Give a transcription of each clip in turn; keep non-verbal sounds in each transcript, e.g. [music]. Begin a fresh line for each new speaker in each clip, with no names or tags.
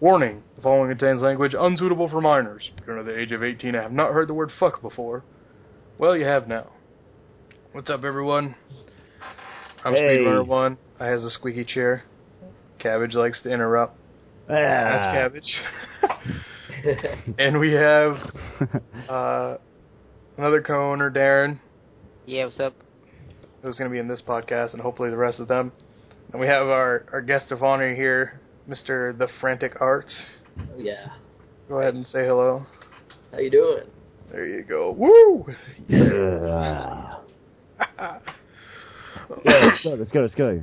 Warning: The following contains language unsuitable for minors. If you're under the age of 18 and have not heard the word fuck before, well, you have now. What's up, everyone? I'm
Hey.
Speedrunner One. I has a squeaky chair. Cabbage likes to interrupt. That's [laughs]
Ah.
Cabbage. and we have uh, another co-owner, Darren,
[laughs]
Yeah, what's up?
who's going to be in this podcast, and hopefully the rest of them. And we have our our guest of honor here, Mr. The Frantic Arts.
Oh, Yeah.
Go ahead and say hello.
How you doing?
There you go. Woo! [laughs]
Yeah. [laughs] Yeah, let's go, let's go, let's go.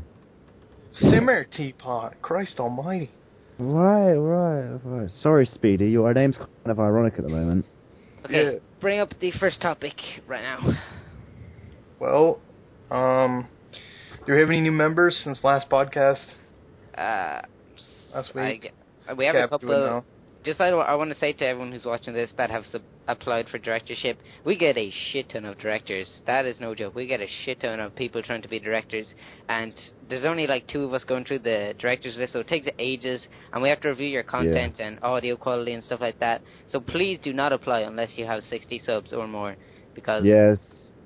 Simmer teapot. Christ Almighty.
Right, right, right. Sorry, Speedy, your name's kind of ironic at the moment.
Okay,
Yeah.
bring up the first topic right now.
Well, um, do we have any new members since last podcast?
Uh,
Last
I
week.
g- uh, we have
Cap,
a couple
do it
of.
now.
Just I, I want to say to everyone who's watching this that have sub- applied for directorship, we get a shit ton of directors. That is no joke. We get a shit ton of people trying to be directors, and there's only like two of us going through the directors list, so it takes ages, and we have to review your content and audio quality and stuff like that. So please do not apply unless you have 60 subs or more, because
Yes,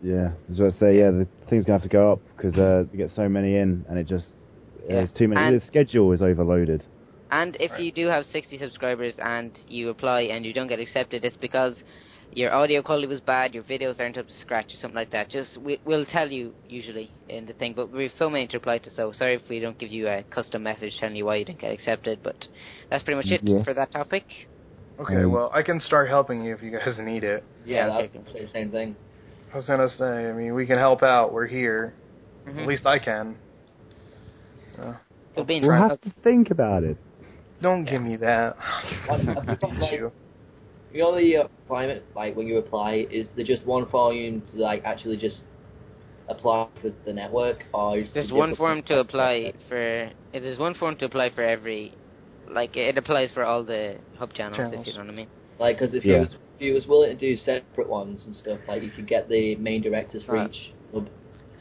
yeah. I was about to say, yeah, the thing's gonna have to go up because uh, you get so many in, and it just
Yeah.
it's too many.
And-
the schedule is overloaded.
And if
Right.
you do have 60 subscribers and you apply and you don't get accepted, it's because your audio quality was bad, your videos aren't up to scratch, or something like that. Just we, we'll tell you usually in the thing, but we have so many to apply to, so sorry if we don't give you a custom message telling you why you didn't get accepted. But that's pretty much it
Yeah.
for that topic.
Okay,
Um,
well, I can start helping you if you guys [laughs] need it.
Yeah,
Yeah, I was
okay.
gonna say the same thing.
I was gonna say, I mean, we can help out. We're here.
Mhm.
At least I can.
It'll be in
We'll have
front of-
to think about it.
Don't give me that. [laughs] I beat you.
The only uh, requirement, like when you apply, is there just one volume to like actually just apply for the network, or is
There's
there
one
different-
form to apply for. There's one form to apply for every. Like it applies for all the hub channels,
Channels.
if you know what I mean.
Like, because if
Yeah.
you was if you was willing to do separate ones and stuff, like you could get the main directors for
Right.
each club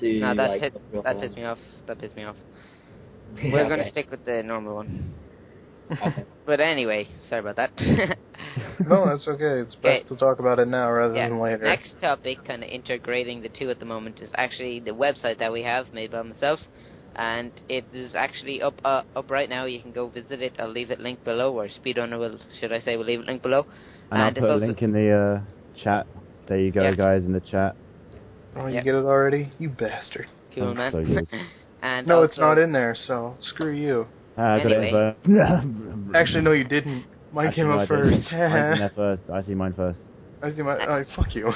to
No, that
like.
pissed,
upload
that
one. [laughs]
pissed me off. That pissed me off.
Yeah,
We're going to
okay.
stick with the normal one.
[laughs] Okay.
But anyway, sorry
[laughs]
about that.
no, that's okay. It's best
Okay.
to talk about it now rather
yeah.
than later.
Next topic, kind of integrating the two at the moment, is actually the website that we have made by myself, and it is actually up uh, up right now. You can go visit it. I'll leave it link below, or Speedrunner will, should I say, we'll leave it link below.
And I'll
it's
put a
also-
link in the uh, chat. There you go,
Yeah.
guys, in the chat.
Oh, you
Yep.
get it already? You bastard.
Cool
I'm
man.
so good.
[laughs] and
no, it's
also-
not in there, so screw you.
Ah, I got it in
Anyway.
first. [laughs]
Actually, no, you didn't. Mine
Actually,
came
no,
up
I didn't.
first.
Mine's
[laughs]
in there first. I see mine first.
I see my. I, fuck
[laughs]
you.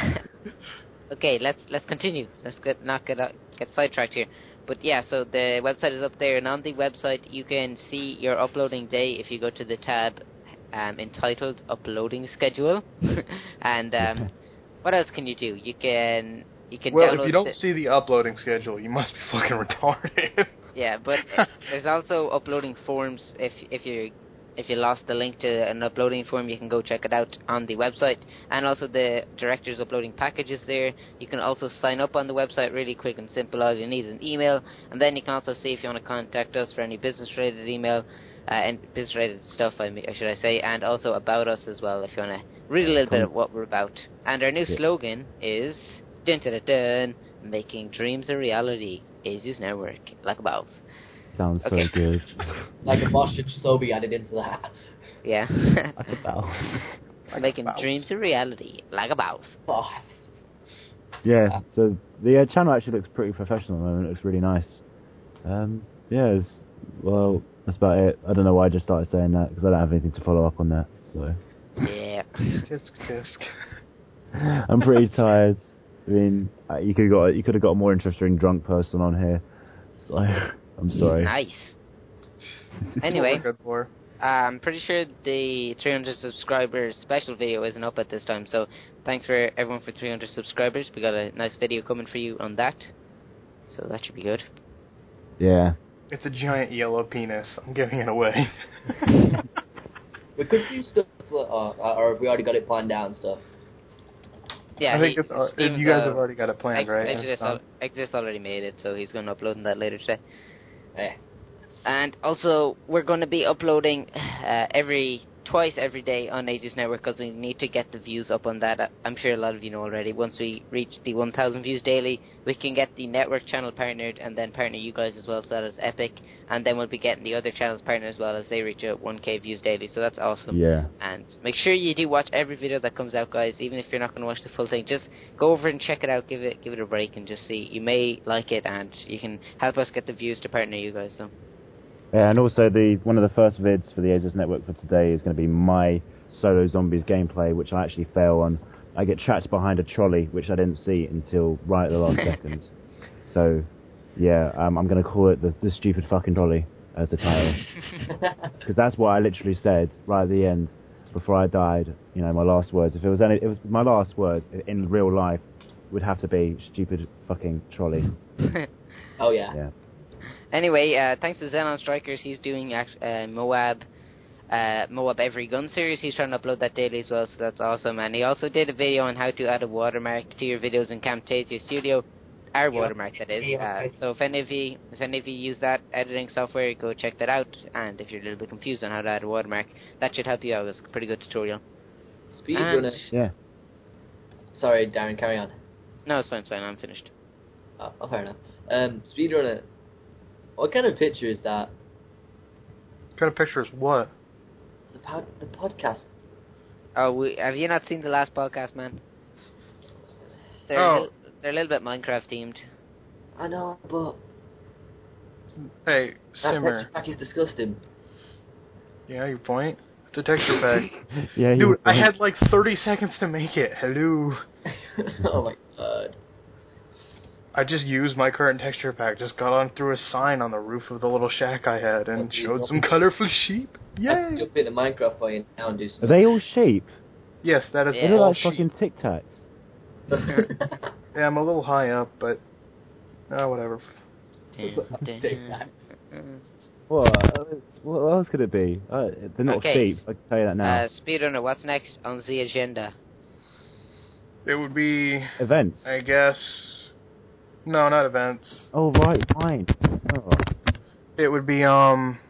[laughs] okay, let's let's continue. Let's get not get out- get sidetracked here. But yeah, so the website is up there, and on the website you can see your uploading day if you go to the tab um, entitled "Uploading Schedule." [laughs]
[laughs]
and um, what else can you do? You can you can
well,
download
if you don't
the-
see the uploading schedule, you must be fucking [laughs] retarded.
yeah, but uh, there's also uploading forms. If if you if you lost the link to an uploading form, you can go check it out on the website. And also the director's uploading packages there. You can also sign up on the website really quick and simple. All you need is an email, and then you can also see if you want to contact us for any business related email uh, and business related stuff. I mean, should I say, and also about us as well if you want to read a little bit
Cool.
of what we're about. And our new
Yeah.
slogan is dun dun dun dun, making dreams a reality. Asus Network, like a mouse.
Sounds so
Okay.
[laughs] good.
Like a boss should so be added into that. [laughs]
Yeah.
[laughs] Like a bell.
Like a
[laughs] Making
mouse.
dreams a reality, like a mouse.
Oh,
[laughs] Yeah, so the uh, channel actually looks pretty professional at the moment. It looks really nice. Um, yeah, it's, well, that's about it. I don't know why I just started saying that because I don't have anything to follow up on that. So [laughs]
Yeah.
Tisk tisk.
I'm [laughs] pretty tired. I mean, uh, you could got you could have got a more interesting drunk person on here. So [laughs] I'm sorry.
Nice.
That's what
Anyway.
we're good for.
I'm pretty sure the 300 subscribers special video isn't up at this time, so thanks for everyone for 300 subscribers. We got a nice video coming for you on that, so that should be good.
[laughs] Yeah.
It's a giant yellow penis. I'm giving it away.
we could do stuff, uh, or, or have we already got it planned out and stuff?
[laughs] Yeah,
I think
he-
it's. al-
Steven's,
you guys
uh,
have already got it planned,
Ex-
right?
Exodus,
It's not-
al- Exodus already made it, so he's going to upload that later today.
Eh.
And also, we're going to be uploading [sighs] uh, every twice every day on Asus Network because we need to get the views up on that. Uh, I'm sure a lot of you know already. Once we reach the 1,000 views daily, we can get the network channel partnered and then partner you guys as well. So that is epic. And then we'll be getting the other channels partnered as well as they reach out 1k views daily. So that's awesome.
Yeah.
And make sure you do watch every video that comes out, guys. Even if you're not going to watch the full thing, just go over and check it out. Give it give it a break and just see. You may like it, and you can help us get the views to partner you guys. So.
Yeah, and also the one of the first vids for the Asus Network for today is going to be my solo zombies gameplay, which I actually fail on. I get trapped behind a trolley, which I didn't see until right at
[laughs]
the last second. So, yeah, um, I'm going to call it the, the stupid fucking trolley as
[laughs]
the title, because that's what I literally said right at the end before I died. You know, my last words. If it was any, it was my last words in real life would have to be stupid fucking
[laughs]
trolley.
Oh yeah.
Yeah.
[laughs] Anyway, uh, thanks to Xenon Strikers, he's doing act- uh, Moab, uh, Moab Every Gun series. He's trying to upload that daily as well, so that's awesome. And he also did a video on how to add a watermark to your videos in Camtasia Studio, our
Yeah.
watermark that is.
Yeah,
Uh,
okay.
so if any of you, if any of you use that editing software, go check that out. And if you're a little bit confused on how to add a watermark, that should help you out. It's a pretty good tutorial.
Speedrunner.
And-
Yeah.
Sorry, Darren, carry on.
No, it's fine, it's fine. I'm finished.
Oh, oh, fair enough. Um, speedrunner. What kind of picture is that?
kind of picture is what?
The pod, the podcast.
Oh, we, have you not seen the last podcast, man? They're
Oh.
a little, they're a little bit Minecraft themed.
I know, but
Hey,
that
simmer.
texture pack is disgusting. [laughs]
Yeah, your point. It's a
[laughs]
texture pack.
Yeah. you-
Dude, I had like 30 seconds to make it. Hello.
oh my god.
I just used my current texture pack. Just got on through a sign on the roof of the little shack I had and
Okay,
showed
well-
some colorful sheep.
I'd
Yay!
jump into Minecraft for you now and
[laughs]
do
Are
something.
they all sheep?
Yes, that is
Yeah.
They look
all
like
sheep.
fucking Tic Tacs.
Yeah, I'm a little high up, but uh, whatever.
[laughs] [laughs] Take that.
What? uh, What else could it be? Uh, they're not
Okay.
sheep. I can tell you that now.
Uh, speedrunner, what's next on the agenda?
It would be,
Events.
I guess. No, not events.
Oh right, fine. Oh.
It would be um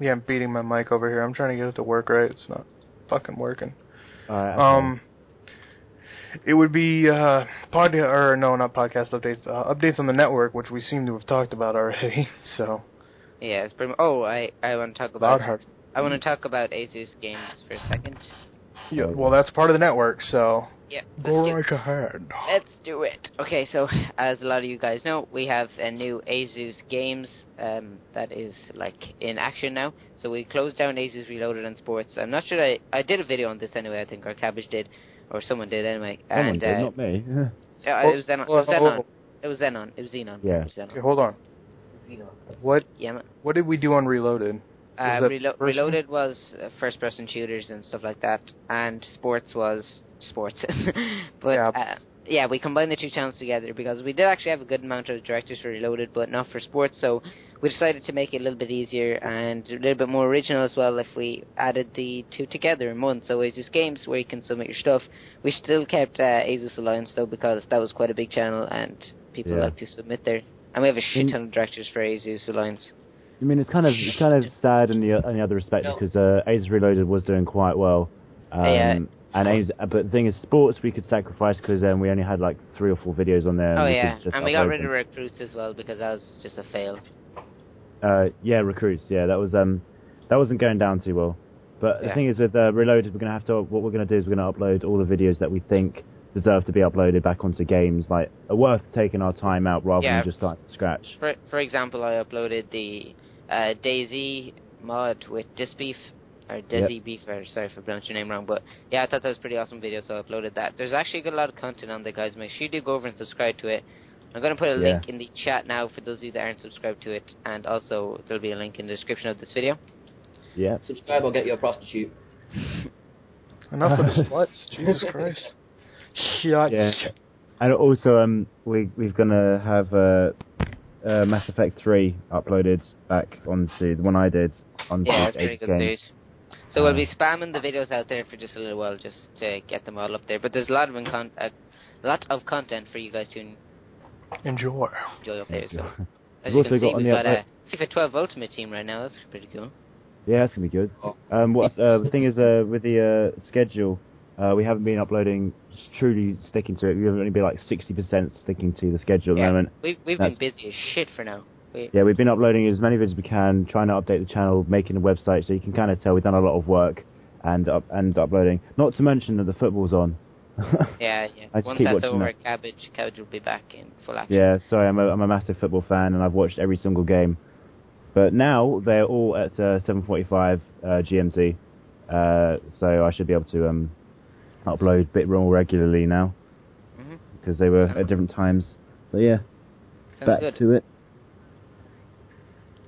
yeah, I'm beating my mic over here. I'm trying to get it to work right. It's not fucking working.
Alright, okay.
Um it would be uh pod or no, not podcast updates. Uh, updates on the network which we seem to have talked about already. [laughs] So,
Yeah, it's pretty. Mu- oh, I I want to talk about.
about her.
I want to talk about Asus games for a second.
Yeah, well that's part of the network, so
Yeah.
go
let's do-
right ahead.
Let's do it. Okay, so as a lot of you guys know, we have a new Asus Games um, that is like in action now. So we closed down Asus Reloaded and Sports. I'm not sure I I did a video on this anyway. I think or Cabbage did, or someone did anyway.
Someone
and
did,
uh,
not me. [laughs] Oh,
uh, it was Xenon. It was Xenon. It was Xenon. It was Xenon.
Yeah.
It was Xenon.
Okay, hold on.
You know.
What
Yeah, man.
what did we do on Reloaded?
Uh,
Was that
Relo-
first one?
Reloaded was uh, first person shooters and stuff like that, and sports was sports. [laughs] but
Yeah.
Uh, yeah, we combined the two channels together because we did actually have a good amount of directors for Reloaded, but not for sports, so we decided to make it a little bit easier and a little bit more original as well if we added the two together in one. So Asus Games, where you can submit your stuff. We still kept uh, Asus Alliance though because that was quite a big channel and people
Yeah.
like to submit there. And we have a shit
In-
ton of directors for Asus Alliance.
I mean, it's kind of it's kind of sad in the in the other respect
No.
because uh, Aces Reloaded was doing quite well. Um,
Yeah.
And Aces, but the thing is, sports we could sacrifice because um, we only had like three or four videos on there. and
Oh
we could
yeah,
just
and we got
upload
rid
them.
of recruits as well because that was just a fail.
Uh, yeah, recruits. Yeah, that was um, that wasn't going down too well. But the
Yeah.
thing is, with uh, Reloaded, we're gonna have to. What we're gonna do is we're gonna upload all the videos that we think deserve to be uploaded back onto games, like are worth taking our time out rather
Yeah.
than just starting from scratch.
For for example, I uploaded the uh, Daisy mod with Disbeef or Dizzy Beefer. Sorry if I pronounced your name wrong, but yeah, I thought that was a pretty awesome video, so I uploaded that. There's actually a good lot of content on there, guys. Make sure you do go over and subscribe to it. I'm gonna put a
Yeah.
link in the chat now for those of you that aren't subscribed to it, and also there'll be a link in the description of this video.
Yeah.
Subscribe or get you a prostitute.
Enough [laughs] with the sluts. Jesus Christ. Shut.
Yeah. And also, um, we we're gonna have uh, uh, Mass Effect three uploaded back onto the one I did onto
Yeah, that's a pretty
Ace
good
Games.
series. So we'll be
Um,
spamming the videos out there for just a little while, just to get them all up there. But there's a lot of incon- a lot of content for you guys to
Enjoy.
enjoy up there. So As
We've
you can
also
see,
got on
we've
the uh,
got
other-
a FIFA 12 Ultimate team right now. That's pretty cool.
Yeah, that's gonna be good. Um, what uh, the thing is uh, with the uh, schedule, uh, we haven't been uploading truly sticking to it. We've only been like sixty percent sticking to the schedule at the
Yeah,
moment.
we've we've
That's-
been busy as shit for now. We,
Yeah, we've been uploading as many videos as we can, trying to update the channel, making a website, so you can kind of tell we've done a lot of work and up, and uploading. Not to mention that the football's on. [laughs]
yeah, yeah.
I just
Once
keep
that's
watching
over,
that.
Cabbage Cabbage will be back in full action.
yeah, sorry, I'm a, I'm a massive football fan and I've watched every single game. But now they're all at uh, 7:45 uh, GMT, uh, so I should be able to um, upload bit more regularly now
hmm
because they were
Sound.
at different times. So yeah,
Sounds
back
good.
to it.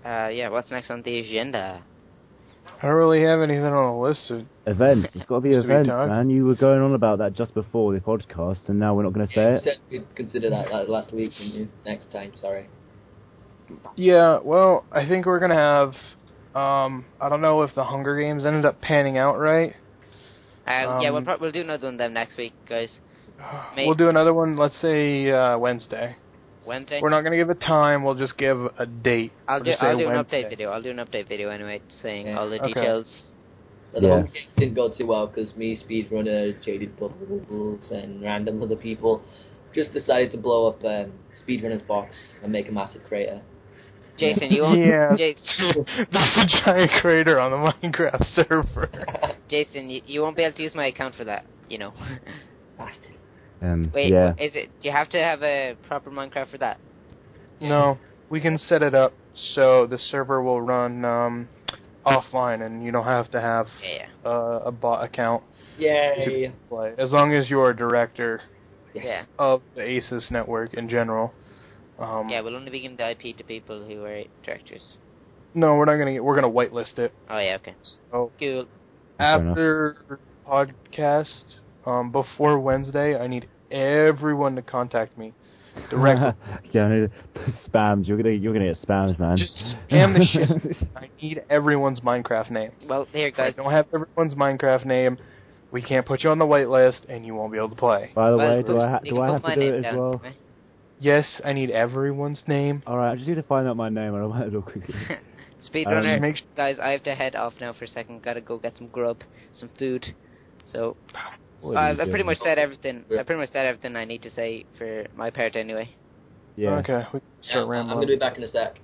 Uh, yeah. What's next on the agenda?
I don't really have anything on the list. so-
Events. It's got to
[laughs]
be
Sweet
events,
time.
man. You were going on about that just before the podcast, and now we're not going to say
You
it.
said we'd consider that like, last week and you- next time, sorry.
Yeah, well, I think we're gonna have. Um, I don't know if the Hunger Games ended up panning out right.
Uh, yeah, we'll
Um,
probably we'll do another one of them next week, guys. May-
We'll do another one. Let's say uh, Wednesday.
Wednesday.
We're not gonna give a time. We'll just give a date.
I'll
We'll
do
just say
I'll do
Wednesday.
an update video. I'll do an update video anyway, saying
Yeah.
all the
Okay.
details.
But the
Yeah.
home games didn't go too well because me, Speedrunner, Jaded Bubbles, and random other people just decided to blow up um, Speedrunner's box and make a massive crater. [laughs]
[laughs]
Jason, you won't.
Yeah.
Jason,
[laughs] That's a giant crater on the [laughs] Minecraft server.
[laughs] Jason, you, you won't be able to use my account for that. You know. [laughs]
Bastard.
Um,
Wait,
yeah.
is it? Do you have to have a proper Minecraft for that?
No, we can set it up so the server will run um, offline, and you don't have to have
Yeah.
uh, a bot account
Yay!
to play. As long as you're a director
Yes.
Yeah.
of the ASUS network in general. Um,
Yeah, we'll only be giving the IP to people who are directors.
No, we're not gonna. Get, we're gonna whitelist it.
Oh yeah, okay.
So
Cool.
Fair enough.
after podcast, um, before Wednesday, I need everyone to contact me directly.
[laughs] yeah, I need spams. You're gonna you're gonna get spams, man.
Just spam the shit. I need everyone's Minecraft name.
Well, here,
If I
guys.
don't have everyone's Minecraft name, we can't put you on the whitelist, and you won't be able to play.
[laughs] By the
Well,
way, do
you
I ha-
can
do I
put
have to
my
do
name
it as
down, [laughs]
well?
right?
Yes, I need everyone's name.
All right, I just need to find out my name, and I'll write it
[laughs]
all quickly.
Speedrunner,
Um,
Make sure-
guys, I have to head off now for a second. Gotta go get some grub, some food. So
What are
I, Uh, I
Uh,
you
pretty
doing?
much said everything. I
Yeah.
pretty much said everything I need to say for my part anyway.
Yeah.
Okay, we can
Yeah,
start
I'm
rambling.
going to be back in a sec.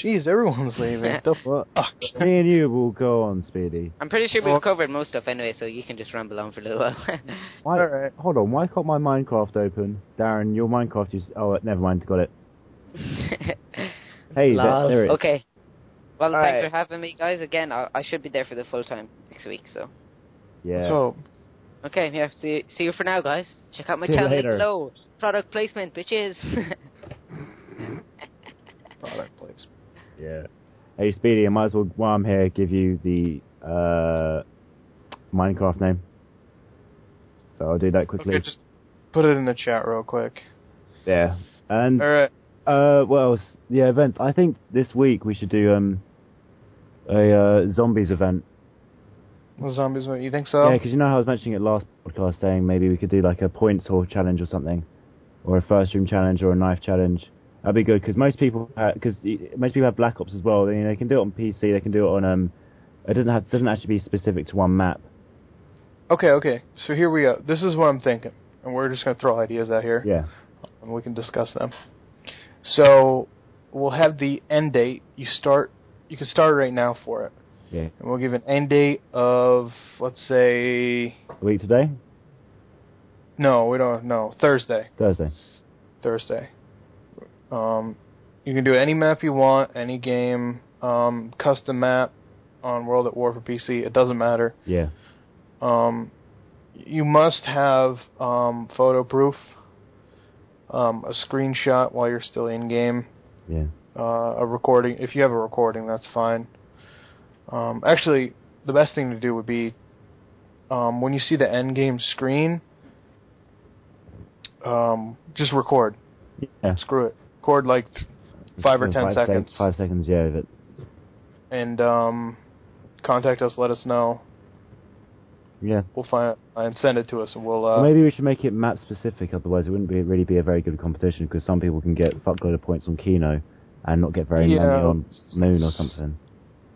Jeez, everyone's [laughs] leaving. the
What?
fuck?
Me and you will go on, Speedy.
I'm pretty sure
Well-
we've covered most stuff anyway, so you can just ramble on for a little while. [laughs]
Why?
All right.
Hold on. Why can't my Minecraft open, Darren? Your Minecraft is. Oh, never mind. Got it. Hey, there,
Lol.
there it is.
okay. Well,
All
thanks
right.
for having me, guys. Again, I, I should be there for the full time next week. So
Yeah.
So,
okay, yeah. See see you for now, guys. Check out my
See you
channel link
later.
below. Product
[laughs]
placement, bitches.
product place.
yeah. Hey, Speedy. I might as well while I'm here give you the uh, Minecraft name. So I'll do that quickly.
Okay, just put it in the chat real quick.
yeah. And
All right.
Uh, what else? Yeah, events. I think this week we should do um a uh, zombies event.
Well, zombies, what, you think
Yeah,
so?
'cause you know how I was mentioning it last podcast, saying maybe we could do like a points or challenge or something, or a first room challenge or a knife challenge. That'd be good 'cause most people because most people have Black Ops as well. They, they can do it on PC. They can do it on um. It doesn't have doesn't actually be specific to one map.
Okay, okay. So here we go. This is what I'm thinking, and we're just gonna throw ideas out here,
Yeah.
and we can discuss them. So we'll have the end date. You start. You can start right now for it,
Yeah.
and we'll give an end date of let's say
A week today,
no, we don't no Thursday.
Thursday.
Thursday. Um, you can do any map you want, any game, um, custom map on World at War for PC. It doesn't matter.
Yeah.
Um, you must have um, photo proof, um, a screenshot while you're still in game,
Yeah.
uh, a recording. If you have a recording, that's fine. Um, actually, the best thing to do would be um, when you see the end game screen, um, just record.
Yeah.
Screw it. Record like Five or ten
sec-
seconds.
five seconds. Yeah. Of it.
and um, contact us. Let us know.
Yeah.
We'll find and send it to us, and we'll.
Well,
Uh,
maybe we should make it map specific, otherwise it wouldn't be really be a very good competition because some people can get a fuckload of points on Kino and not get very many
Yeah.
on Moon or something.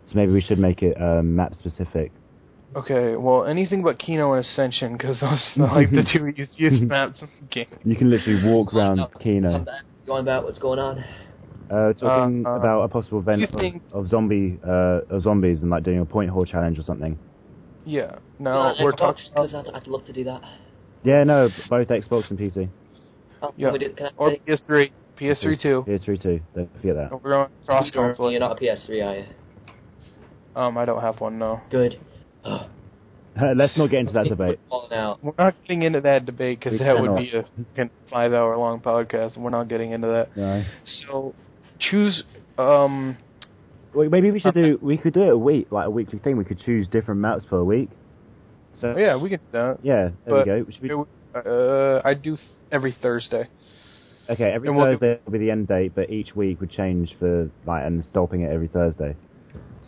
So maybe we should make it um, map specific.
Okay, well, anything but Kino and Ascension, because those are like the
[laughs]
two easiest maps in the game.
You can literally walk around
Find out-
Kino.
find out what's Going about what's going on.
Uh, talking
Uh, uh,
about a possible event
you
of,
think-
of zombie uh, of zombies and like doing a point haul challenge or something.
Yeah, no, we're talking.
because I'd, I'd love to do that.
Yeah, no, both Xbox and PC.
Oh,
Yeah,
we did- can I
or
say-
PS3, PS3 too.
PS3 too. Don't forget that.
Oh, We're on cross
You're- You're
console.
not a PS3, are you?
Um, I don't have one. No,
Good. Oh,
Oh.
[laughs] Let's not get into that
[laughs]
debate.
Fall now.
we're not getting into that debate because
We
that would be a fucking five-hour-long podcast, and we're not getting into that.
No.
So, choose. Um,
Well, maybe we should do. We could do it a week, like a weekly thing. We could choose different maps per week. So
Oh, yeah, we can do that.
yeah, there
but
we go. Should we-
Uh, I do th- every Thursday.
okay, every
and we'll do-
Thursday will be the end date, but each week would change for like and stopping it every Thursday.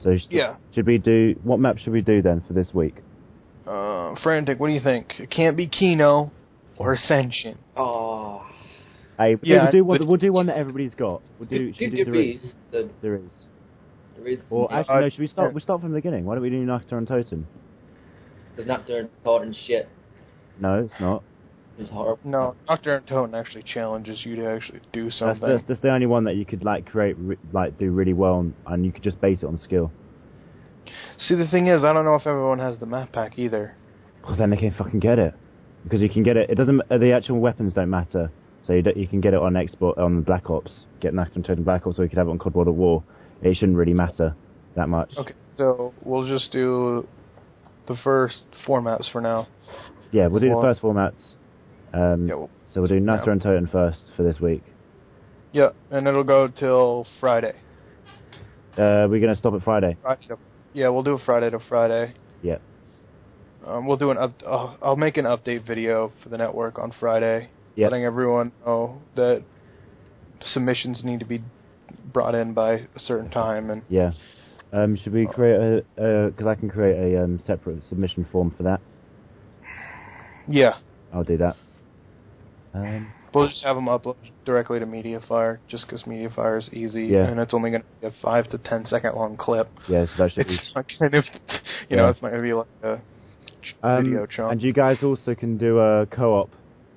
So sh-
Yeah.
should we do what map should we do then for this week?
Uh, frantic. What do you think? It can't be Kino or Ascension.
Oh.
Hey,
Yeah,
we'll do one.
but-
We'll do one that everybody's got. We'll do.
Do,
Should
do,
we do
do
Deriz?
Reese. The,
Deriz.
the Reese.
Or
yeah,
actually,
I-
no. Should we start?
yeah.
We start from the beginning. Why don't we do Nakata and Totem?
there's not during thought and shit.
No, it's not.
It's horrible.
No, Doctor Anton actually challenges you to actually do
That's,
something.
that's that's the only one that you could like create, re- like do really well, and, and you could just base it on skill.
See, the thing is, I don't know if everyone has the map pack either.
Well, then they can fucking get it because you can get it. It doesn't. uh, The actual weapons don't matter, so you, don't, you can get it on Xbox on Black Ops. Get Nakata and Totem Black Ops, or you could have it on COD World at War. It shouldn't really matter that much.
Okay, so we'll just do the first four maps for now.
Yeah, we'll do the
Well-
first formats. Um,
Yeah, well,
so we'll do Nakata
yeah.
and Totem first for this week.
yeah, and it'll go till Friday.
Uh, we're gonna stop at Friday.
Friday to, yeah, we'll do a Friday to Friday.
Yeah.
Um, we'll do an up. I'll, I'll make an update video for the network on Friday,
Yeah.
letting everyone know that submissions need to be brought in by a certain time and
Yeah. Um, should we create a? Because I can create a um, separate submission form for that.
yeah
I'll do that. Um,
We'll just have them upload directly to MediaFire, just because MediaFire is easy,
Yeah.
and it's only going to be a five to ten second long clip.
yeah, so that should
It's
be.
not going to, [laughs] you know,
Yeah.
it's not going to be like a ch-
Um,
video chunk.
And you guys also can do a co-op,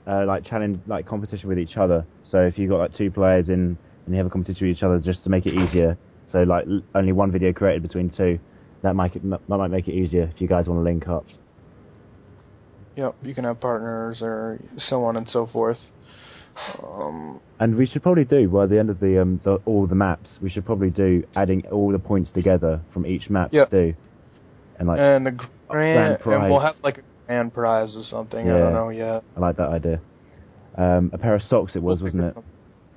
uh, like challenge, like competition with each other. So if you've got like two players in and you have a competition with each other, just to make it easier. So like l- only one video created between two, that might it, that might make it easier if you guys want to link up.
Yep, you can have partners or so on and so forth. Um,
And we should probably do by the end of the, um, the all the maps. We should probably do adding all the points together from each map
Yeah.
to do, and like
and a grand,
grand
and we'll
prize.
have like a grand prize or something. I
Yeah.
don't know yet.
I like that idea. Um, a pair of socks it was, wasn't it?
[laughs]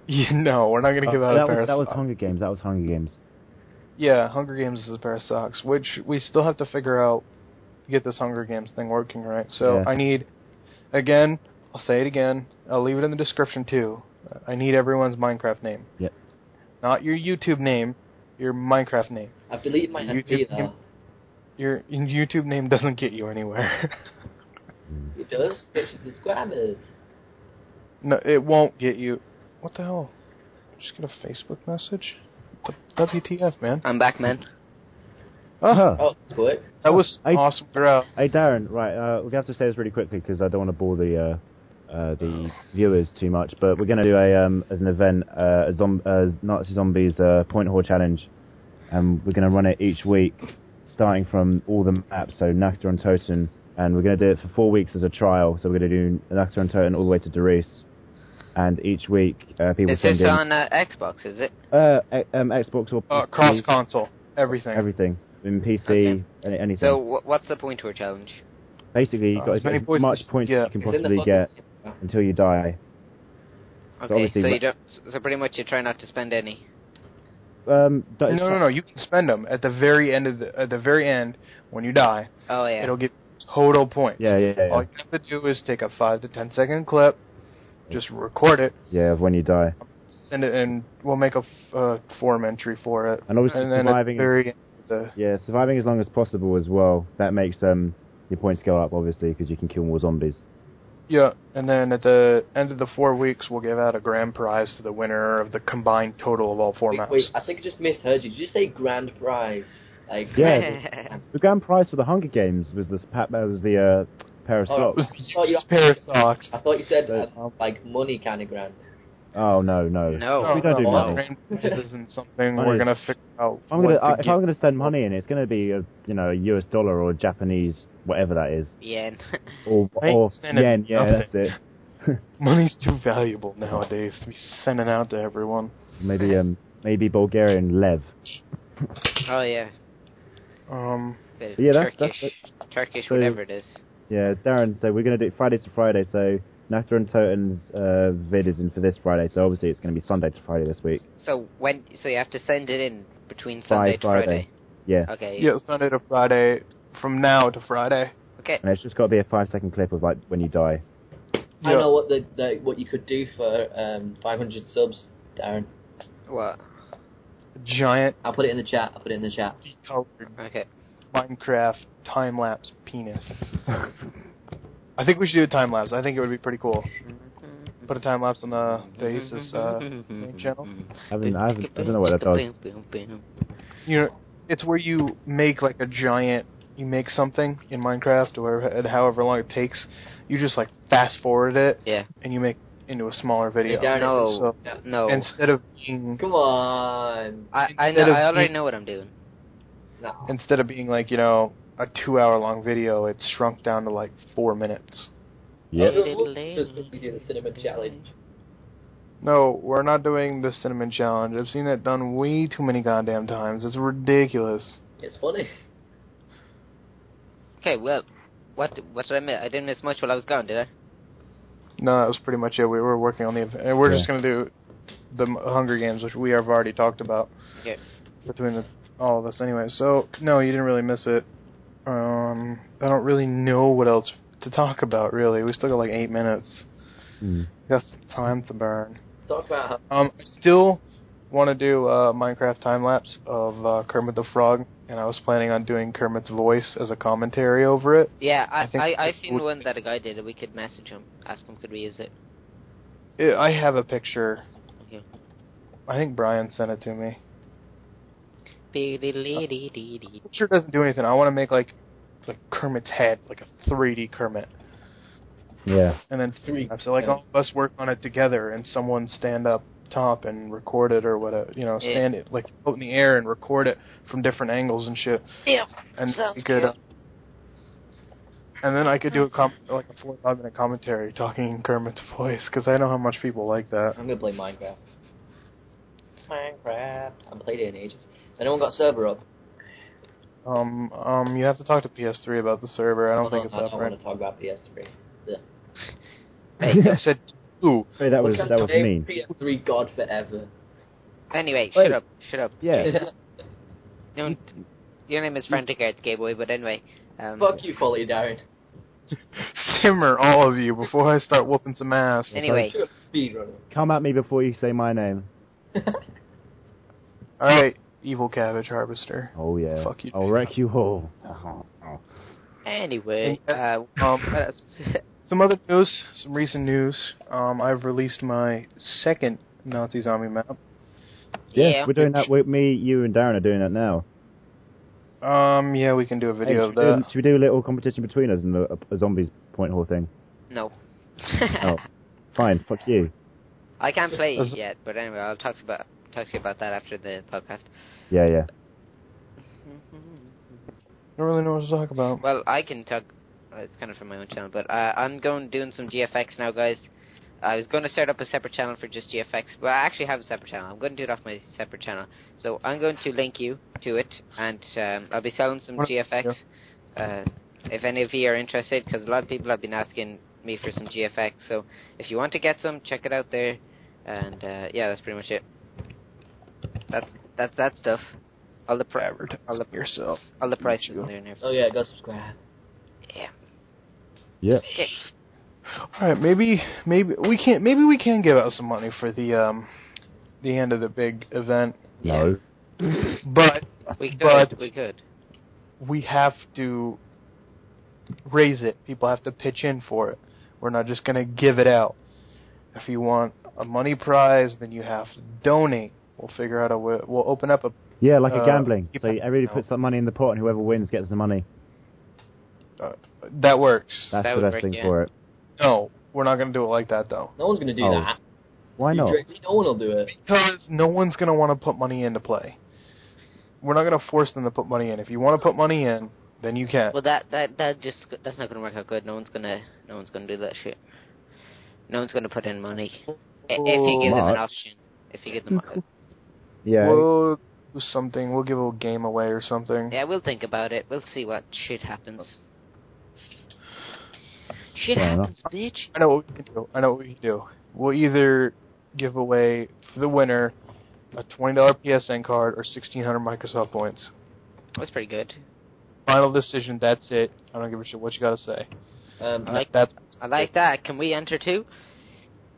Yeah, no, we're not going to give
Oh,
out
that
a pair
was
of
that was
socks.
Hunger Games. That was Hunger Games.
Yeah, Hunger Games is a pair of socks, which we still have to figure out to get this Hunger Games thing working right. So
Yeah.
I need, again, I'll say it again. I'll leave it in the description too. I need everyone's Minecraft name.
Yep.
Not your YouTube name, your Minecraft name.
I've deleted my
YouTube
FB now.
Your YouTube name doesn't get you anywhere. [laughs]
Mm.
It does. Pictures of grammars.
no, it won't get you. What the hell? Just get a Facebook message. The WTF, man?
I'm back, man.
Ah,
Oh.
Oh, good.
that was
I-
awesome. We're out.
Hey Darren, right? Uh, we have to say this really quickly because I don't want to bore the uh, uh, the viewers too much. But we're going to do a um, as an event uh, a zom- uh, Nazi zombies uh, point haul challenge, and we're going to run it each week, starting from all the maps, so Nakta and Toten, and we're going to do it for four weeks as a trial. So we're going to do Nakta and Toten all the way to Derice, and each week uh, people
Is
send
[laughs]
in
this on Oh, uh, Xbox? Is it?
uh, e- um, Xbox or
Uh,
PC,
cross console. Everything.
everything in PC,
Okay.
any, anything.
So wh- what's the point tour challenge?
Basically, you've
Uh,
got
as
as,
many
as
points as
much
you
points
can
as
get.
you can
It's in the
possibly get
fucking-
until you die.
Okay,
obviously
so
we-
you don't. So pretty much you're trying not to spend any.
Um, that is-
No, no, no. You can spend them at the very end of the at the very end when you die.
Oh yeah.
It'll give you total points.
Yeah, yeah, yeah,
All
yeah.
you have to do is take a five to ten second clip, just record it,
Yeah, of when you die.
send it, and we'll make a f- uh, form entry for it.
And obviously
then at the
surviving is-
very end of the-
Yeah, surviving as long as possible as well. That makes um Your points go up, obviously, because you can kill more zombies.
Yeah, and then at the end of the four weeks, we'll give out a grand prize to the winner of the combined total of all four
Wait,
maps.
wait, I think I just misheard you. Did you say grand prize? Like
Yeah. The grand prize for the Hunger Games was this pa- uh, was the uh, pair of
Oh.
socks.
Oh, yeah.
[laughs] pair of socks.
I thought you said
So,
uh, like money kind of grand.
Oh no, no.
No.
We don't do
Oh, no,
money.
[laughs] This isn't something
Money
we're
is-
gonna figure out.
If I'm gonna,
what to
I, if
give.
I'm gonna send money in, it's gonna be a you know a US dollar or Japanese whatever that is,
Yeah. [laughs]
or
I ain't
or
sending
yen. Yeah,
nothing.
that's it.
[laughs]
[laughs]
Money's too valuable nowadays to be sending out to everyone.
Maybe um maybe Bulgarian lev.
oh yeah.
Um,
Bit of
Yeah, that's-
Turkish, Turkish,
so-
whatever it is.
Yeah, Darren. So we're gonna do it Friday to Friday. So Nafta and Toten's uh, vid is in for this Friday. So obviously it's gonna be Sunday to Friday this week.
So when? So you have to send it in between
By
Sunday to Friday.
Yeah.
Okay.
yeah, Sunday to Friday, from now to Friday.
Okay.
And it's just got to be a five second clip of like when
[laughs]
you die.
I
Yeah.
know what the, the what you could do for um, 500 subs, Darren.
What?
Giant
I'll put it in the chat. I'll put it in the chat.
decolored
Okay.
Minecraft time lapse penis. [laughs] I think we should do a time lapse. I think it would be pretty cool. Put a time lapse on the, the Asus uh, main channel.
I haven't, I haven't, I don't know what that does.
you know, it's where you make like a giant. You make something in Minecraft, or and however long it takes, you just like fast forward it,
Yeah.
and you make into a smaller video.
Hey, Darren,
No. No.
Instead of being
Come on.
I I, know,
instead of
I already
me-
know what I'm doing.
No.
instead of being like you know a two-hour-long video, it's shrunk down to like four minutes.
Yep.
Oh, no, Just we do the cinema challenge.
No, we're not doing the cinnamon challenge. I've seen that done way too many goddamn times. It's ridiculous.
It's funny.
Okay. Well, what what did I miss? I didn't miss much while I was gone, did I?
No, that was pretty much it. We were working on the event. and We're just gonna do the Hunger Games, which we have already talked about.
Okay.
between the, all of us anyway. So no, you didn't really miss it. Um, I don't really know what else to talk about. Really, we still got like eight minutes.
Mm.
Got some time to burn.
Talk about how
Um, I still want to do a Minecraft time lapse of uh, Kermit the Frog, and I was planning on doing Kermit's voice as a commentary over it.
Yeah, I
I think
I, I
it
seen
would-
one that a guy did. and We could message him, ask him could we use it.
it I have a picture.
Yeah.
I think Brian sent it to me.
Bee-dee-dee-dee-dee-dee.
Picture doesn't do anything. I want to make like like Kermit's head, like a 3D Kermit.
Yeah.
and then
Three.
three. So like
Yeah.
all of us work on it together, and someone stand up top and record it or whatever, you know,
Yeah.
stand it like float in the air and record it from different angles and shit.
Yeah,
And
sounds
we could,
good.
uh, and then I could do a com- like a four or five minute commentary talking in Kermit's voice because I know how much people like that.
I'm gonna play Minecraft. Minecraft. I haven't played it in ages. Has anyone got server up?
Um, um, you have to talk to PS3 about the server. I don't think it's
I
up
don't
right.
want to talk about PS3.
[laughs]
Hey,
I said, ooh,
Hey, that was
Look at
that was
today's
mean.
PS3 God forever.
anyway,
Wait.
shut up, shut up.
Yeah.
Don't, your name is Frantic Arts Gay Boy, but anyway.
[laughs]
Um,
Fuck you, Polly Darren.
[laughs] simmer all of you before I start whooping some ass.
Anyway,
You're a speedrunner. [laughs]
Come at me before you say my name.
All right, evil cabbage harvester.
Oh yeah.
Fuck you. Uh-huh.
I'll wreck you all.
anyway.
Yeah.
Uh,
Um,
what else?
Some other news, some recent news. Um, I've released my second Nazi zombie map.
[laughs] Yeah, we're doing that. With me, you, and Darren are doing that now.
Um, yeah, we can do a
Hey,
video
should,
of
we do,
that.
should we do a little competition between us and the a zombies point hole thing?
[laughs] No.
Oh, fine. Fuck you.
[laughs] I can't play
As-
it yet, but anyway, I'll talk to about talk to you about that after the podcast.
Yeah, yeah.
I don't really know what to talk about.
Well, I can talk. uh, It's kind of from my own channel, but uh, I'm going doing some GFX now, guys. I was going to start up a separate channel for just GFX, but I actually have a separate channel. I'm going to do it off my separate channel. So I'm going to link you to it, and um, I'll be selling some
What-
GFX. Uh, if any of you are interested, because a lot of people have been asking me for some GFX. So if you want to get some, check it out there. And uh, yeah, that's pretty much it. That's that's that stuff. All the pri-
Advertise
all the
yourself.
all the prices in there and everything.
Oh yeah, go subscribe.
Yeah.
Yeah.
Okay.
All right, maybe maybe we can maybe we can give out some money for the um the end of the big event,
No.
but
We could.
But-
we could.
we have to raise it. People have to pitch in for it. We're not just going to give it out. If you want a money prize, then you have to donate. We'll figure out a way. We'll open up a
Yeah, like
Uh,
a gambling.
you
So
put-
everybody puts some money in the pot, and whoever wins gets the money.
uh, that works.
That's
That
the
would
best
work,
thing
yeah.
for it.
No, we're not going to do it like that though,
No one's going to do
Oh,
that.
Why
You
not?
drink- no one will do it.
because no one's going to want to put money into play. We're not going to force them to put money in. If you want to put money in, then you can.
Well, that that that just that's not gonna work out good. No one's gonna no one's gonna do that shit. No one's gonna put in money I- if you give them an
Mark.
option. If you give them, a,
Yeah.
We'll do something. We'll give a game away or something.
yeah, we'll think about it. We'll see what shit happens. Shit
Fair enough.
happens, bitch.
I know what we can do. I know what we can do. We'll either give away for the winner a twenty dollar PSN card or sixteen hundred Microsoft points.
That's pretty good.
Final decision. That's it. I don't give a shit what you got to say.
Um,
I like-
that's
I like that. Can we enter too?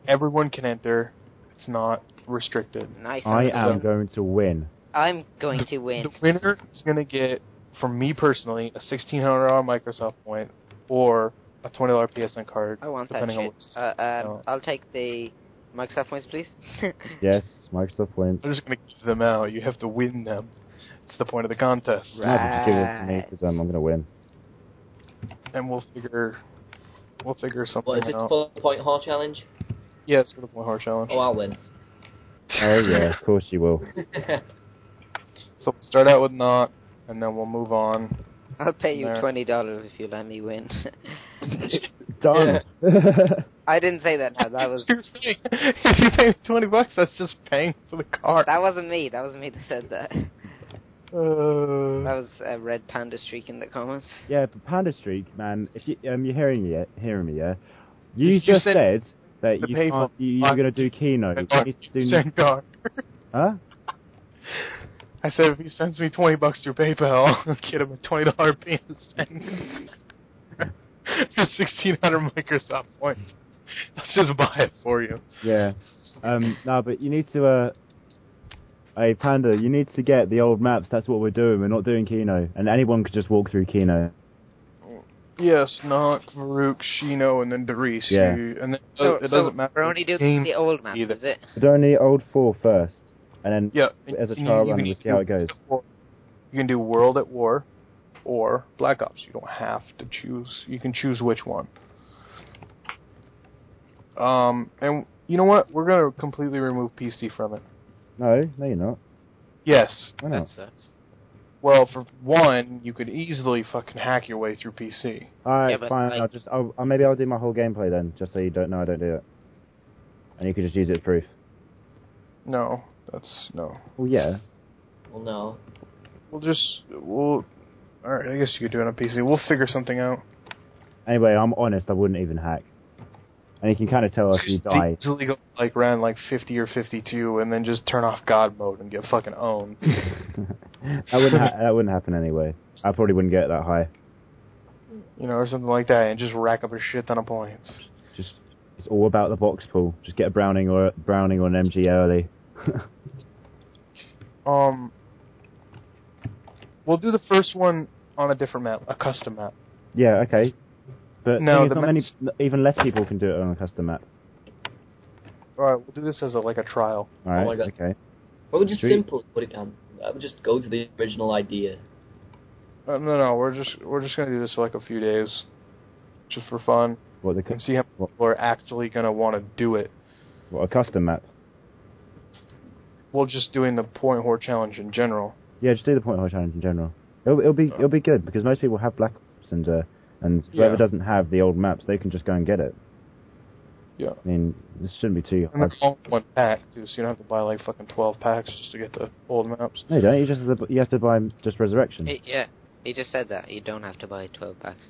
everyone can enter. It's not restricted.
Nice.
I
So-
am going to win.
I'm going to win.
The winner is going to get, from me personally, a sixteen hundred dollar Microsoft point or a twenty dollar PSN card.
I want that
depending on
shit.
what's-
Uh, um,
No.
I'll take the Microsoft points, please. [laughs]
Yes, Microsoft wins.
I'm just going to give them out. You have to win them. It's the point of the contest.
No, just give it to me because um, I'm going to win.
and we'll figure we'll figure something
what is this
out.
for the point hall challenge?
yeah, it's for the point hard challenge.
Oh, I'll win.
Oh yeah, of course you will.
So we'll start out with not, and then we'll move on.
I'll pay you
There.
twenty dollars if you let
[laughs]
me win.
Done. [laughs]
I didn't say that. No,
[laughs]
that was
Excuse me. if you pay me twenty bucks, that's just paying for the car.
that wasn't me. That wasn't me that said that.
Uh,
That was a red panda streak in the comments.
yeah, but Panda Streak, man. If you um, you're hearing me, yet- hearing me, yeah. You
You
just
said
said
the
that you
pay
can't,
for-
you, you're going to do
[laughs]
keynote.
and
You need to do,
send car.
huh?
[laughs] I said if he sends me twenty bucks through PayPal, [laughs] I'll get him a twenty dollar [laughs] PSN for sixteen hundred Microsoft points. I'll just buy it for you.
Yeah. Um, no, but you need to. Uh, hey, Panda, you need to get the old maps. That's what we're doing. We're not doing Kino, and anyone could just walk through Kino.
Yes, not Farouk, Shino, and then Darius.
Yeah.
You- And then,
So,
it doesn't
so
matter.
We're only doing
Game-
the old maps,
either.
is it?
But only old four first, and then
Yeah.
as a
you-
trial
you
run,
can
we'll
do
see how it goes.
You can do World at War or Black Ops. You don't have to choose. You can choose which one. Um, and you know what? We're gonna completely remove PC from it.
No, no, you're not.
Yes.
Why not?
sucks.
Well, for one, you could easily fucking hack your way through PC.
All right,
Yeah, but,
fine.
like-
I'll just. I'll, I'll, maybe I'll do my whole gameplay then, just so you don't know I don't do it, and you could just use it as proof.
No, that's no.
Well, yeah.
[laughs] well, no.
We'll just we'll. All right, I guess you could do it on PC. We'll figure something out.
Anyway, I'm honest. I wouldn't even hack, and you can kind of tell if you
Just
die. [laughs]
easily go like round like 50 or 52 and then just turn off god mode and get fucking owned.
that wouldn't. Ha- that wouldn't happen anyway. I probably wouldn't get that high.
you know, or something like that and just rack up a shit ton of points.
Just it's all about the box pool. Just get a Browning or Browning or an MG early. [laughs]
Um We'll do the first one on a different map, a custom map.
yeah, okay. But
No,
thing is,
the
not
maps-
many, even less people can do it on a custom map.
All right, we'll do this as a like a trial.
All right,
my God.
okay.
I would just
Sweet.
simply put it down. I would just go to the original idea.
Uh, no, no, we're just we're just going to do this for like a few days just for fun
What the cu-
and see how many people are actually going to want to do it.
what a custom map?
We'll just doing the point whore challenge in general.
Yeah, just do the point hole challenge in general. It'll, it'll be it'll be good because most people have black ops and uh, and whoever
Yeah.
doesn't have the old maps, they can just go and get it.
Yeah.
I mean, this shouldn't be too
And
hard.
it's all in one pack, too, so you don't have to buy like fucking 12 packs just to get the old maps.
No, you don't. You just have to, you have to buy just resurrection.
Y- Yeah, you just said that. You don't have to buy twelve packs.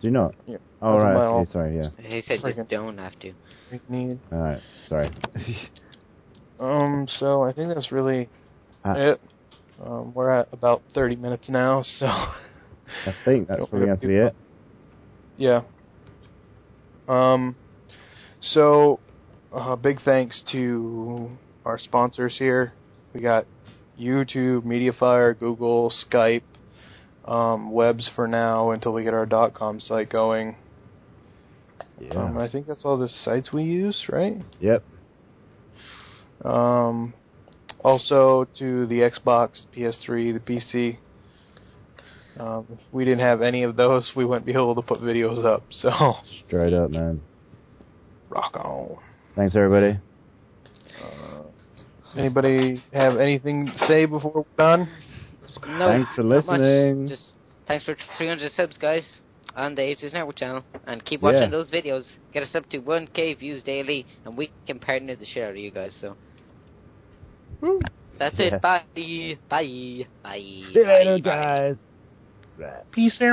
Do you not?
Yeah.
Oh
That's
right,
my
I see,
old-
sorry. Yeah.
He said you
Friggin'.
don't have to.
We need.
All right.
[laughs]
Sorry.
Um, so I think that's really
Ah.
it. Um, we're at about 30 minutes now, [laughs] so
I think that's
Don't
probably
worry,
going to be it.
yeah. Um, so uh, big thanks to our sponsors here. We got YouTube, MediaFire, Google, Skype, um, webs for now until we get our dot com site going.
Yeah.
Um, I think that's all the sites we use, right?
Yep.
Um, also to the Xbox, PS3, the PC. Um, if we didn't have any of those, we wouldn't be able to put videos up. So
Straight up, man.
[laughs] rock on.
Thanks, everybody.
Uh, anybody have anything to say before we're done?
No,
Thanks for
not much.
listening.
Just thanks for 300 subs, guys, on the Ages Network channel, and keep watching
Yeah.
those videos. Get us up to 1k views daily, and we can partner the shit out of you guys. So that's
Yeah.
it. Bye. Bye. Bye.
See you later,
Bye.
guys. Right.
Peace, out.